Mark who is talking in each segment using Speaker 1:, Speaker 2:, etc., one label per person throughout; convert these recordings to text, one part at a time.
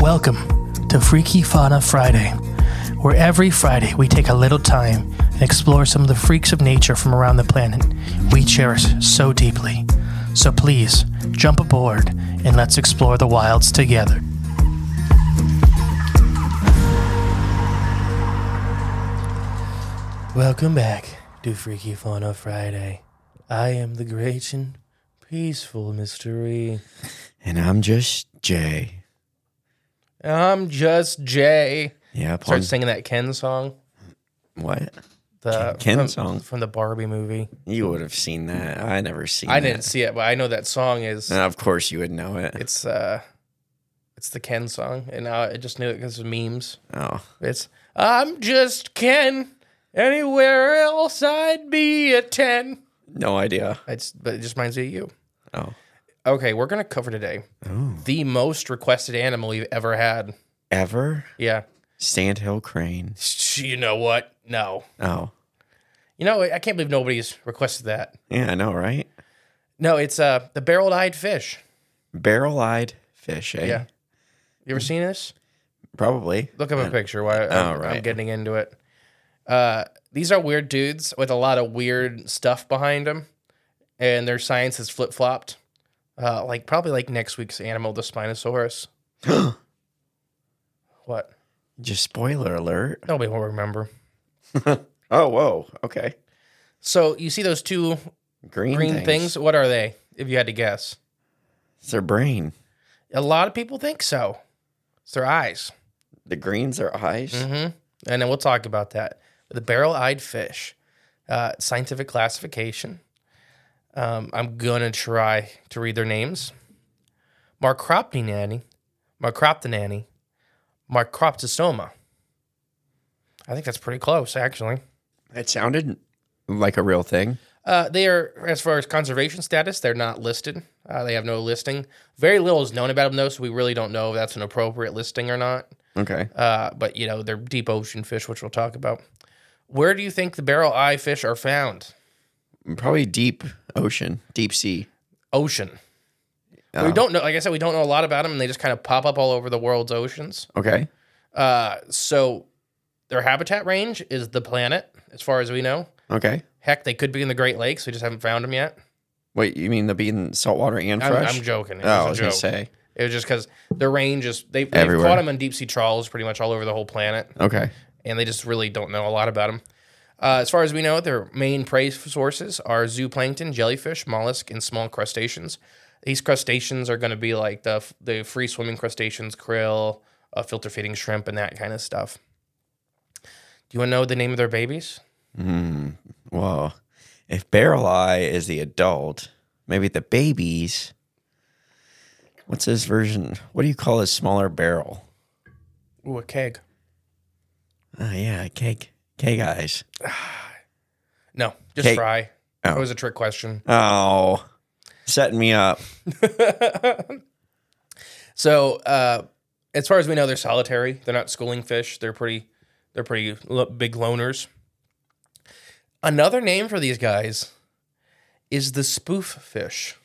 Speaker 1: Welcome to Freaky Fauna Friday, where every Friday we take a little time and explore some of the freaks of nature from around the planet we cherish so deeply. So please jump aboard and let's explore the wilds together. Welcome back to Freaky Fauna Friday. I am the great and peaceful E. mystery.
Speaker 2: And I'm just Jay.
Speaker 1: I'm just Jay.
Speaker 2: Yeah,
Speaker 1: Started singing that Ken song.
Speaker 2: what?
Speaker 1: The
Speaker 2: Ken
Speaker 1: from-
Speaker 2: song?
Speaker 1: from the Barbie movie.
Speaker 2: You would have seen that. I never seen.
Speaker 1: I
Speaker 2: that.
Speaker 1: didn't see it, but I know that song is
Speaker 2: And of course, you would know it.
Speaker 1: it's uh it's the Ken song, and now I just knew it because of memes.
Speaker 2: Oh,
Speaker 1: It's I'm just Ken. Anywhere else, I'd be a ten.
Speaker 2: no idea.
Speaker 1: It's but it just reminds me of you.
Speaker 2: Oh,
Speaker 1: Okay, we're gonna cover today
Speaker 2: oh,
Speaker 1: the most requested animal you've ever had.
Speaker 2: ever
Speaker 1: Yeah,
Speaker 2: sandhill crane.
Speaker 1: you know what? No,
Speaker 2: Oh,
Speaker 1: you know I can't believe nobody's requested that.
Speaker 2: yeah, I know, right?
Speaker 1: No, it's uh the barrel-eyed fish.
Speaker 2: Barrel-eyed fish. Eh?
Speaker 1: Yeah. You ever seen this?
Speaker 2: probably.
Speaker 1: Look up a picture while
Speaker 2: Oh,
Speaker 1: I'm, I'm
Speaker 2: right.
Speaker 1: getting into it. Uh, these are weird dudes with a lot of weird stuff behind them, and their science has flip flopped. Uh, like probably like next week's animal, the Spinosaurus. What?
Speaker 2: Just spoiler alert.
Speaker 1: Nobody will remember.
Speaker 2: Oh, whoa. Okay.
Speaker 1: So you see those two
Speaker 2: Green,
Speaker 1: green
Speaker 2: things.
Speaker 1: things. What are they? If you had to guess,
Speaker 2: It's their brain.
Speaker 1: a lot of people think so. It's their eyes.
Speaker 2: The greens are eyes.
Speaker 1: hmm And then we'll talk about that. The barrel eyed fish, uh, scientific classification. Um, I'm going to try to read their names Marcroptinani, Marcroptinani, Marcroptostoma. I think that's pretty close, actually.
Speaker 2: It sounded like a real thing.
Speaker 1: Uh, they are, as far as conservation status, they're not listed. Uh, they have no listing. Very little is known about them, though, so we really don't know if that's an appropriate listing or not.
Speaker 2: Okay.
Speaker 1: Uh, but you know, they're deep ocean fish, which we'll talk about. Where do you think the barrel eye fish are found?
Speaker 2: Probably deep ocean, deep sea.
Speaker 1: Ocean.
Speaker 2: Oh,
Speaker 1: We don't know. Like I said, we don't know a lot about them, and they just kind of pop up all over the world's oceans.
Speaker 2: Okay.
Speaker 1: Uh, so their habitat range is the planet, as far as we know.
Speaker 2: Okay.
Speaker 1: Heck, they could be in the Great Lakes. We just haven't found them yet.
Speaker 2: Wait, you mean the being saltwater and
Speaker 1: I'm,
Speaker 2: fresh?
Speaker 1: I'm joking. It
Speaker 2: oh, I
Speaker 1: was
Speaker 2: was
Speaker 1: a
Speaker 2: gonna
Speaker 1: joke.
Speaker 2: say.
Speaker 1: It was just because their range is they, they've
Speaker 2: Everywhere.
Speaker 1: caught them in deep sea trawls pretty much all over the whole planet.
Speaker 2: Okay.
Speaker 1: and they just really don't know a lot about them. Uh, as far as we know, their main prey sources are zooplankton, jellyfish, mollusk, and small crustaceans. These crustaceans are going to be like the the free swimming crustaceans, krill, uh, filter feeding shrimp, and that kind of stuff. Do you want to know the name of their babies?
Speaker 2: Mm, whoa. If Barrel Eye is the adult, maybe the babies. What's his version? What do you call a smaller barrel?
Speaker 1: Ooh, a keg.
Speaker 2: Oh, yeah, cake. Cake eyes.
Speaker 1: No, just
Speaker 2: Keg.
Speaker 1: fry.
Speaker 2: Oh.
Speaker 1: That was a trick question.
Speaker 2: Oh, setting me up.
Speaker 1: So, uh, as far as we know, they're solitary. They're not schooling fish. They're pretty, they're pretty lo- big loners. Another name for these guys is the spoof fish.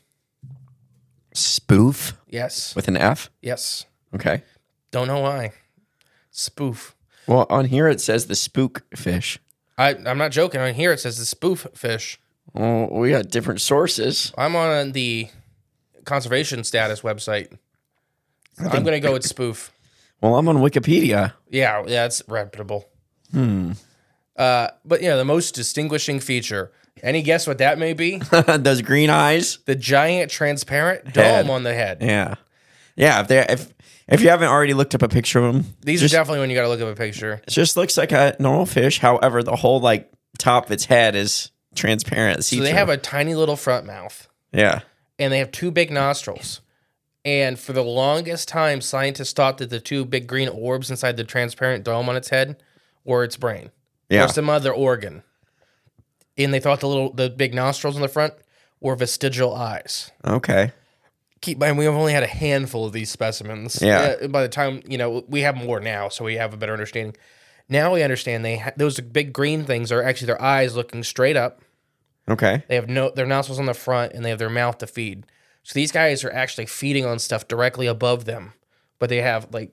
Speaker 2: Spoof
Speaker 1: Yes,
Speaker 2: with an F?
Speaker 1: yes.
Speaker 2: Okay.
Speaker 1: Don't know why. Spoof.
Speaker 2: Well, on here it says the spook fish.
Speaker 1: I, I'm not joking. On here it says the spoof fish.
Speaker 2: Oh, we got different sources.
Speaker 1: I'm on the conservation status website.
Speaker 2: I
Speaker 1: I'm
Speaker 2: think-
Speaker 1: gonna go with spoof.
Speaker 2: Well, I'm on Wikipedia.
Speaker 1: Yeah, yeah, it's reputable.
Speaker 2: Hmm.
Speaker 1: Uh, but yeah, the most distinguishing feature. Any guess what that may be?
Speaker 2: Those green eyes.
Speaker 1: the giant transparent dome
Speaker 2: Head.
Speaker 1: on the head.
Speaker 2: Yeah, yeah. If they if if you haven't already looked up a picture of them,
Speaker 1: These
Speaker 2: just,
Speaker 1: are definitely when you got to look up a picture.
Speaker 2: it just looks like a normal fish. However, the whole like top of its head is transparent.
Speaker 1: So they have a tiny little front mouth
Speaker 2: yeah.
Speaker 1: and they have two big nostrils. And for the longest time, scientists thought that the two big green orbs inside the transparent dome on its head were its brain
Speaker 2: Yeah.
Speaker 1: or some other organ. And they thought the little, the big nostrils on the front were vestigial eyes.
Speaker 2: Okay.
Speaker 1: keep in mind we've only had a handful of these specimens.
Speaker 2: Yeah.
Speaker 1: Uh, by the time you know we have more now, so we have a better understanding. Now we understand they ha- those big green things are actually their eyes looking straight up.
Speaker 2: Okay.
Speaker 1: They have no their nostrils on the front and they have their mouth to feed. So these guys are actually feeding on stuff directly above them, but they have like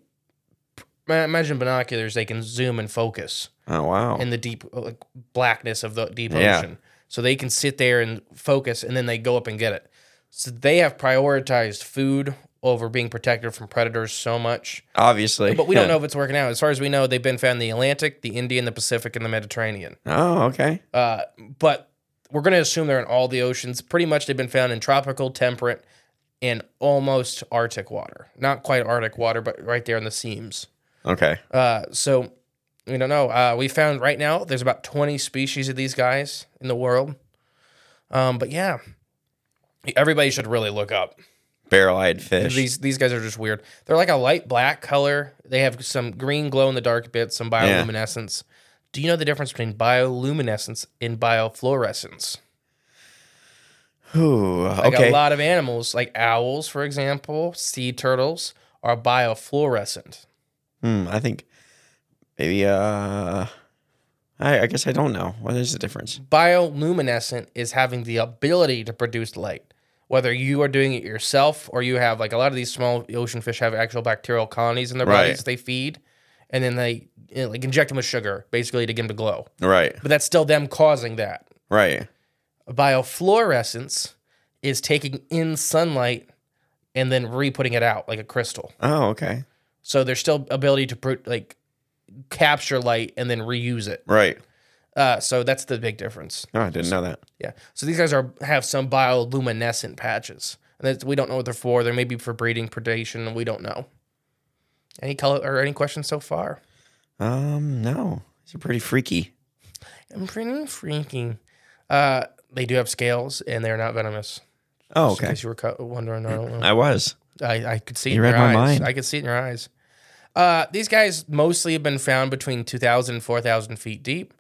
Speaker 1: ma- imagine binoculars, they can zoom and focus
Speaker 2: Oh wow.
Speaker 1: in the deep uh, like, blackness of the deep
Speaker 2: Yeah.
Speaker 1: ocean. So they can sit there and focus, and then they go up and get it. So they have prioritized food over being protected from predators so much.
Speaker 2: Obviously.
Speaker 1: But we don't know if it's working out. As far as we know, they've been found in the Atlantic, the Indian, the Pacific, and the Mediterranean.
Speaker 2: Oh, okay.
Speaker 1: Uh, but we're going to assume they're in all the oceans. Pretty much, they've been found in tropical, temperate, and almost Arctic water. Not quite Arctic water, but right there in the seams.
Speaker 2: Okay.
Speaker 1: Uh, so we don't know. Uh, we found right now there's about 20 species of these guys in the world. Um, but yeah, everybody should really look up.
Speaker 2: Barrel-eyed fish.
Speaker 1: These these guys are just weird. They're like a light black color. They have some green glow in the dark bits, some bioluminescence. Do you know the difference between bioluminescence and biofluorescence?
Speaker 2: Ooh,
Speaker 1: Like
Speaker 2: okay.
Speaker 1: a lot of animals, like owls, for example, sea turtles are biofluorescent.
Speaker 2: Hmm, I think maybe. Uh, I, I guess I don't know. What is the difference?
Speaker 1: bioluminescent is having the ability to produce light whether you are doing it yourself or you have like a lot of these small ocean fish have actual bacterial colonies in their
Speaker 2: Right.
Speaker 1: bodies they feed and then they you know, like inject them with sugar basically to get them to glow
Speaker 2: Right.
Speaker 1: but that's still them causing that
Speaker 2: Right.
Speaker 1: biofluorescence is taking in sunlight and then re-putting it out like a crystal
Speaker 2: Oh, okay.
Speaker 1: so there's still ability to pro- like capture light and then reuse it
Speaker 2: Right.
Speaker 1: uh, so that's the big difference
Speaker 2: No, I didn't know that.
Speaker 1: Yeah. So these guys are have some bioluminescent patches, and that's, we don't know what they're for. They may be for breeding, predation, and we don't know. Any color or any questions so far?
Speaker 2: Um, no, these are pretty freaky.
Speaker 1: I'm pretty freaking. Uh, they do have scales, and they're not venomous.
Speaker 2: Oh,
Speaker 1: Just In
Speaker 2: okay.
Speaker 1: case you were co- wondering, I don't know.
Speaker 2: I was.
Speaker 1: I, I could see
Speaker 2: You
Speaker 1: it in
Speaker 2: read
Speaker 1: your
Speaker 2: my
Speaker 1: eyes.
Speaker 2: mind.
Speaker 1: I could see it in your eyes. Uh, these guys mostly have been found between 2,000 and 4,000 feet deep.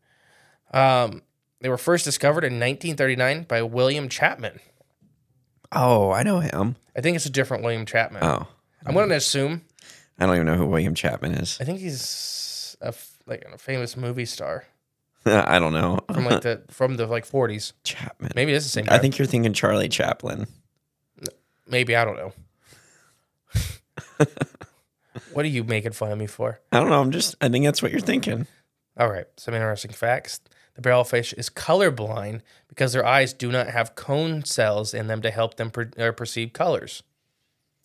Speaker 1: Um, they were first discovered in 1939 by William Chapman.
Speaker 2: Oh, I know him.
Speaker 1: I think it's a different William Chapman.
Speaker 2: Oh,
Speaker 1: I'm going to assume
Speaker 2: I don't even know who William Chapman is.
Speaker 1: I think he's a f- like a famous movie star
Speaker 2: I don't know.
Speaker 1: from like the from the like 40s.
Speaker 2: Chapman.
Speaker 1: Maybe it is the same. Guy.
Speaker 2: I think you're thinking Charlie Chaplin.
Speaker 1: maybe I don't know. what are you making fun of me for?
Speaker 2: I don't know. I'm just. I think that's what you're thinking.
Speaker 1: All right, some interesting facts. The barrelfish is colorblind because their eyes do not have cone cells in them to help them per- uh, perceive colors.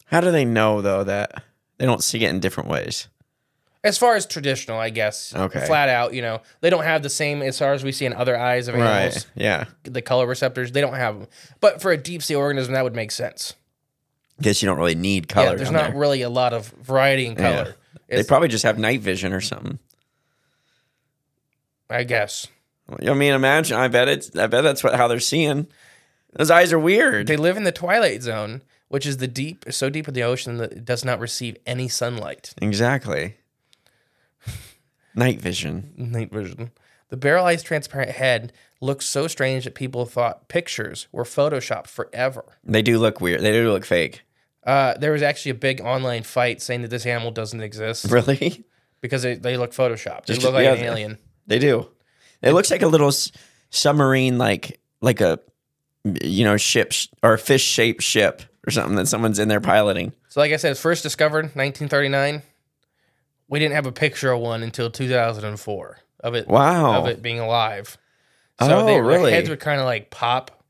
Speaker 2: How do they know though that they don't see it in different ways?
Speaker 1: As far as traditional, I guess,
Speaker 2: Okay.
Speaker 1: flat out, you know, they don't have the same as far as we see in other eyes of animals.
Speaker 2: Right. Yeah.
Speaker 1: The color receptors, they don't have them. But for a deep sea organism, that would make sense.
Speaker 2: Guess you don't really need color.
Speaker 1: Yeah, there's
Speaker 2: on
Speaker 1: not
Speaker 2: there.
Speaker 1: really a lot of variety in
Speaker 2: Yeah.
Speaker 1: color.
Speaker 2: They
Speaker 1: It's-
Speaker 2: probably just have night vision or something.
Speaker 1: I guess
Speaker 2: I mean, imagine. I bet it's. I bet that's what how they're seeing. Those eyes are weird.
Speaker 1: they live in the twilight zone, which is the deep, so deep in the ocean that it does not receive any sunlight.
Speaker 2: exactly. Night vision.
Speaker 1: Night vision. The barrel-eyed transparent head looks so strange that people thought pictures were photoshopped forever.
Speaker 2: They do look weird. They do look fake.
Speaker 1: Uh, there was actually a big online fight saying that this animal doesn't exist
Speaker 2: Really?
Speaker 1: because they, they look photoshopped. They
Speaker 2: Just-
Speaker 1: look like
Speaker 2: yeah,
Speaker 1: an alien.
Speaker 2: They do. It looks like a little s- submarine, like like a you know ship sh- or fish shaped ship or something that someone's in there piloting.
Speaker 1: So, like I said, it's first discovered 1939. We didn't have a picture of one until 2004 of it.
Speaker 2: Wow.
Speaker 1: of it being alive. So
Speaker 2: Oh,
Speaker 1: they, their
Speaker 2: really?
Speaker 1: heads would kind of like pop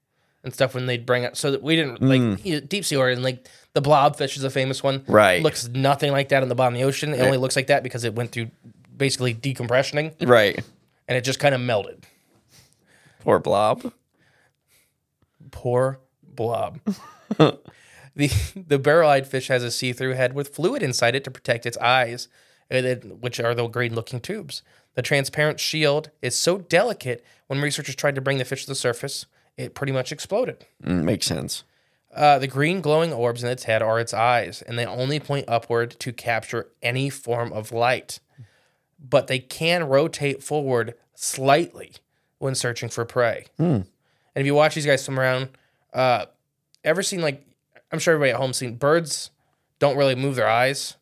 Speaker 1: and stuff when they'd bring up. So that we didn't
Speaker 2: Hmm.
Speaker 1: like you know, deep sea organ. Like the blobfish is a famous one.
Speaker 2: Right.
Speaker 1: Looks nothing like that in the bottom of the ocean. It only looks like that because it went through basically decompressioning
Speaker 2: Right.
Speaker 1: and it just kind of melted.
Speaker 2: Poor blob.
Speaker 1: Poor blob. the the barrel eyed fish has a see through head with fluid inside it to protect its eyes, and then- which are the green looking tubes. The transparent shield is so delicate when researchers tried to bring the fish to the surface, it pretty much exploded.
Speaker 2: Mm, makes sense.
Speaker 1: Uh, the green glowing orbs in its head are its eyes, and they only point upward to capture any form of light. But they can rotate forward slightly when searching for prey. And if you watch these guys swim around, uh, ever seen like I'm sure everybody at home seen birds don't really move their eyes;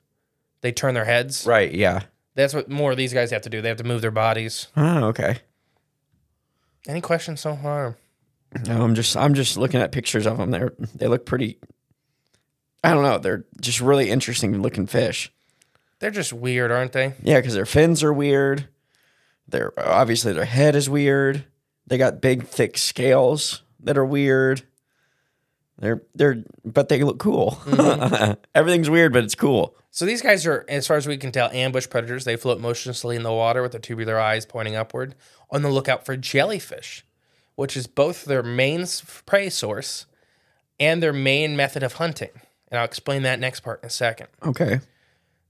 Speaker 1: they turn their heads.
Speaker 2: Right. Yeah.
Speaker 1: That's what more of these guys have to do. They have to move their bodies.
Speaker 2: Oh, okay.
Speaker 1: Any questions so far?
Speaker 2: No, I'm just I'm just looking at pictures of them. They're they look pretty. I don't know. They're just really interesting looking fish.
Speaker 1: They're just weird, aren't they?
Speaker 2: Yeah, because their fins are weird. Their obviously their head is weird. They got big thick scales that are weird. They're they're but they look cool. Mm-hmm. Everything's weird, but it's cool.
Speaker 1: So these guys are, as far as we can tell, ambush predators. They float motionlessly in the water with their tubular eyes pointing upward, on the lookout for jellyfish, which is both their main s- prey source and their main method of hunting. And I'll explain that next part in a second.
Speaker 2: Okay.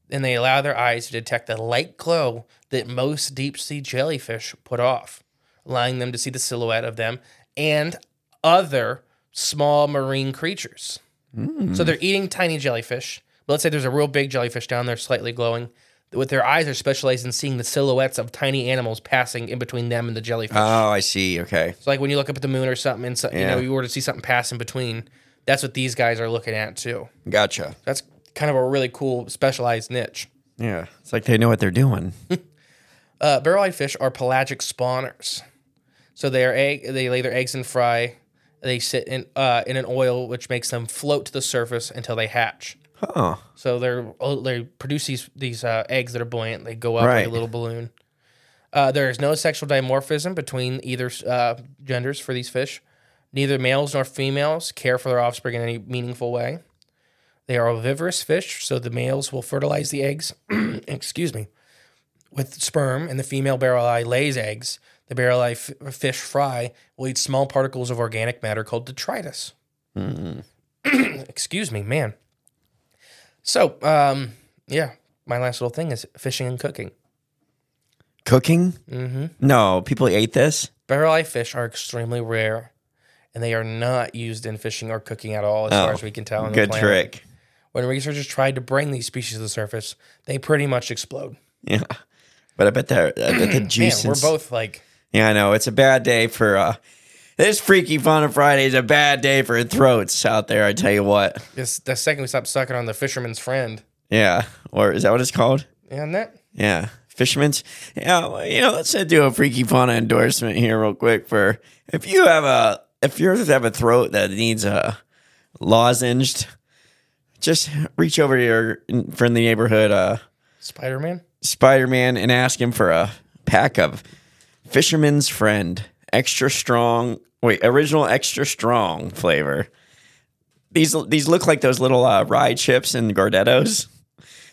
Speaker 1: And they allow their eyes to detect the light glow that most deep sea jellyfish put off, allowing them to see the silhouette of them and other small marine creatures. So they're eating tiny jellyfish. But let's say there's a real big jellyfish down there, slightly glowing. With their eyes, are specialized in seeing the silhouettes of tiny animals passing in between them and the jellyfish.
Speaker 2: Oh, I see. Okay.
Speaker 1: so like when you look up at the moon or something, and so, you know
Speaker 2: Yeah.
Speaker 1: you were to see something pass in between, that's what these guys are looking at too.
Speaker 2: Gotcha.
Speaker 1: That's kind of a really cool specialized niche.
Speaker 2: Yeah. It's like they know what they're doing.
Speaker 1: Uh, barrel-eyed fish are pelagic spawners, so they are egg. They lay their eggs and fry. They sit in uh, in an oil, which makes them float to the surface until they hatch.
Speaker 2: Oh.
Speaker 1: So they're oh, they produce these these uh, eggs that are buoyant. They go up like
Speaker 2: Right.
Speaker 1: a little balloon. Uh, there is no sexual dimorphism between either uh, genders for these fish. Neither males nor females care for their offspring in any meaningful way. They are oviparous fish, so the males will fertilize the eggs. excuse me, with sperm, and the female barrel eye lays eggs. The barrel eye f- fish fry will eat small particles of organic matter called detritus. excuse me, man. So, um, yeah, my last little thing is fishing and cooking.
Speaker 2: Cooking? Mm-hmm. No, people ate this.
Speaker 1: Barrel eye fish are extremely rare, and they are not used in fishing or cooking at all, as far
Speaker 2: Oh,
Speaker 1: as we can tell. on the
Speaker 2: Good
Speaker 1: planet.
Speaker 2: trick.
Speaker 1: When researchers tried to bring these species to the surface, they pretty much explode.
Speaker 2: Yeah. But I bet that I bet the
Speaker 1: Man,
Speaker 2: juice.
Speaker 1: we're
Speaker 2: and-
Speaker 1: both like,
Speaker 2: Yeah, I know. It's a bad day for uh this freaky fun of Friday is a bad day for throats out there, I tell you what.
Speaker 1: this, the second we stop sucking on the fisherman's friend,
Speaker 2: Yeah. Or is that what it's called?
Speaker 1: and that
Speaker 2: Yeah. Fisherman's. Yeah. well, You know, let's uh, do a Freaky Fauna endorsement here, real quick. For if you have a, if you have a throat that needs a lozenged, just reach over to your friendly neighborhood uh,
Speaker 1: Spider Man.
Speaker 2: Spider Man and ask him for a pack of Fisherman's Friend extra strong. Wait, original extra strong flavor. These these look like those little uh, rye chips and Gardettos.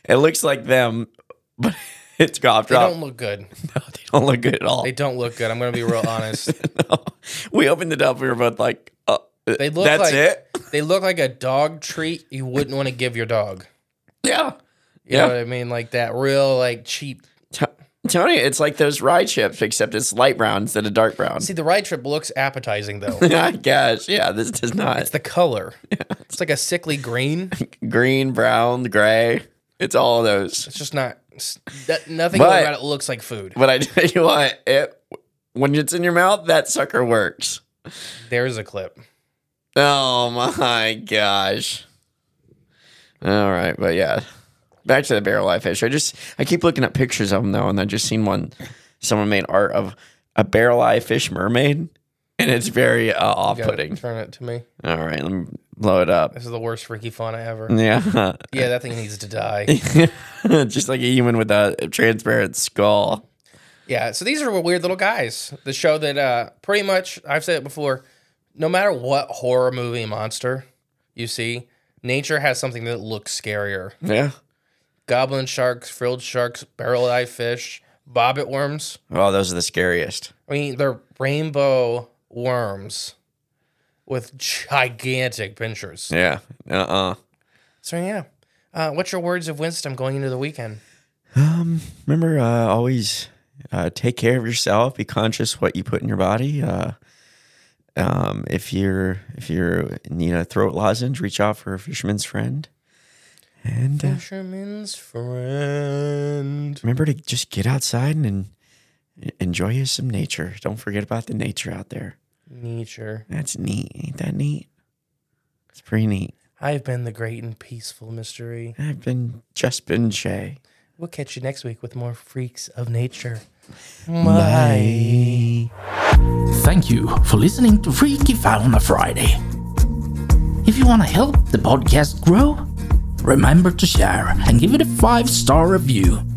Speaker 2: It looks like them, but it's cough
Speaker 1: They
Speaker 2: drop.
Speaker 1: don't look good.
Speaker 2: No, they don't look good at all.
Speaker 1: They don't look good. I'm gonna be real honest.
Speaker 2: No. We opened it up. We were both like, uh,
Speaker 1: They look
Speaker 2: that's
Speaker 1: like
Speaker 2: it?
Speaker 1: they look like a dog treat you wouldn't want to give your dog.
Speaker 2: Yeah.
Speaker 1: You
Speaker 2: Yeah.
Speaker 1: know what I mean? Like that real like cheap
Speaker 2: T- Tony, it's like those rye chips, except it's light brown instead of dark brown.
Speaker 1: See, the ride trip looks appetizing though.
Speaker 2: I guess. Yeah, this does not.
Speaker 1: It's the color. It's like a sickly green.
Speaker 2: Green, brown, gray. It's all those.
Speaker 1: It's just not. it's- that- nothing
Speaker 2: But-
Speaker 1: about it looks like food.
Speaker 2: But I tell you what, it, when it's in your mouth, that sucker works.
Speaker 1: There's a clip.
Speaker 2: Oh my gosh. All right, but yeah. Back to the barrel eye fish. I just I keep looking at pictures of them though, and I just seen one. Someone made art of a barrel eye fish mermaid, and it's very uh, off
Speaker 1: You gotta
Speaker 2: putting.
Speaker 1: Turn it to me.
Speaker 2: All right, let me blow it up.
Speaker 1: This is the worst Ricky Fauna
Speaker 2: Mm.
Speaker 1: ever.
Speaker 2: Yeah,
Speaker 1: Yeah, that thing needs to die.
Speaker 2: just like a human with a transparent skull.
Speaker 1: Yeah, so these are weird little guys. The show that uh, pretty much I've said it before. No matter what horror movie monster you see, nature has something that looks scarier.
Speaker 2: Yeah.
Speaker 1: Goblin sharks, frilled sharks, barrel eye fish, bobbit worms.
Speaker 2: Oh, those are the scariest.
Speaker 1: I mean, they're rainbow worms with gigantic pinchers.
Speaker 2: Yeah. Uh. uh
Speaker 1: So yeah, uh, what's your words of wisdom going into the weekend?
Speaker 2: Um. Remember, uh, always uh, take care of yourself. Be conscious what you put in your body. Uh, um. If you're if you need a throat lozenge, reach out for a fisherman's friend. And uh,
Speaker 1: Fisherman's friend.
Speaker 2: remember to just get outside and, and enjoy you some nature. Don't forget about the nature out there.
Speaker 1: Nature.
Speaker 2: That's neat. Ain't that neat? It's pretty neat.
Speaker 1: I've been the great and peaceful mystery.
Speaker 2: I've been just been Shay.
Speaker 1: We'll catch you next week with more freaks of nature.
Speaker 2: Bye.
Speaker 3: Thank you for listening to Freaky Fauna Friday. If you want to help the podcast grow, remember to share and give it a five star review.